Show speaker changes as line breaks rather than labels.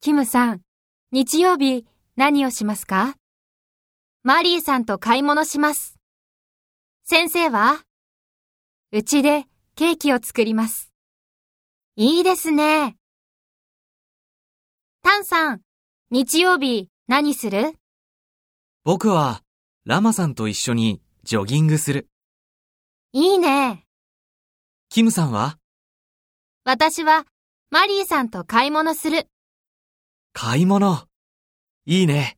キムさん、日曜日何をしますかマリーさんと買い物します。先生はうちでケーキを作ります。いいですね。タンさん、日曜日何する
僕は、ラマさんと一緒にジョギングする。
いいね。
キムさんは、
私はマリーさんと買い物する。
買い物。いいね。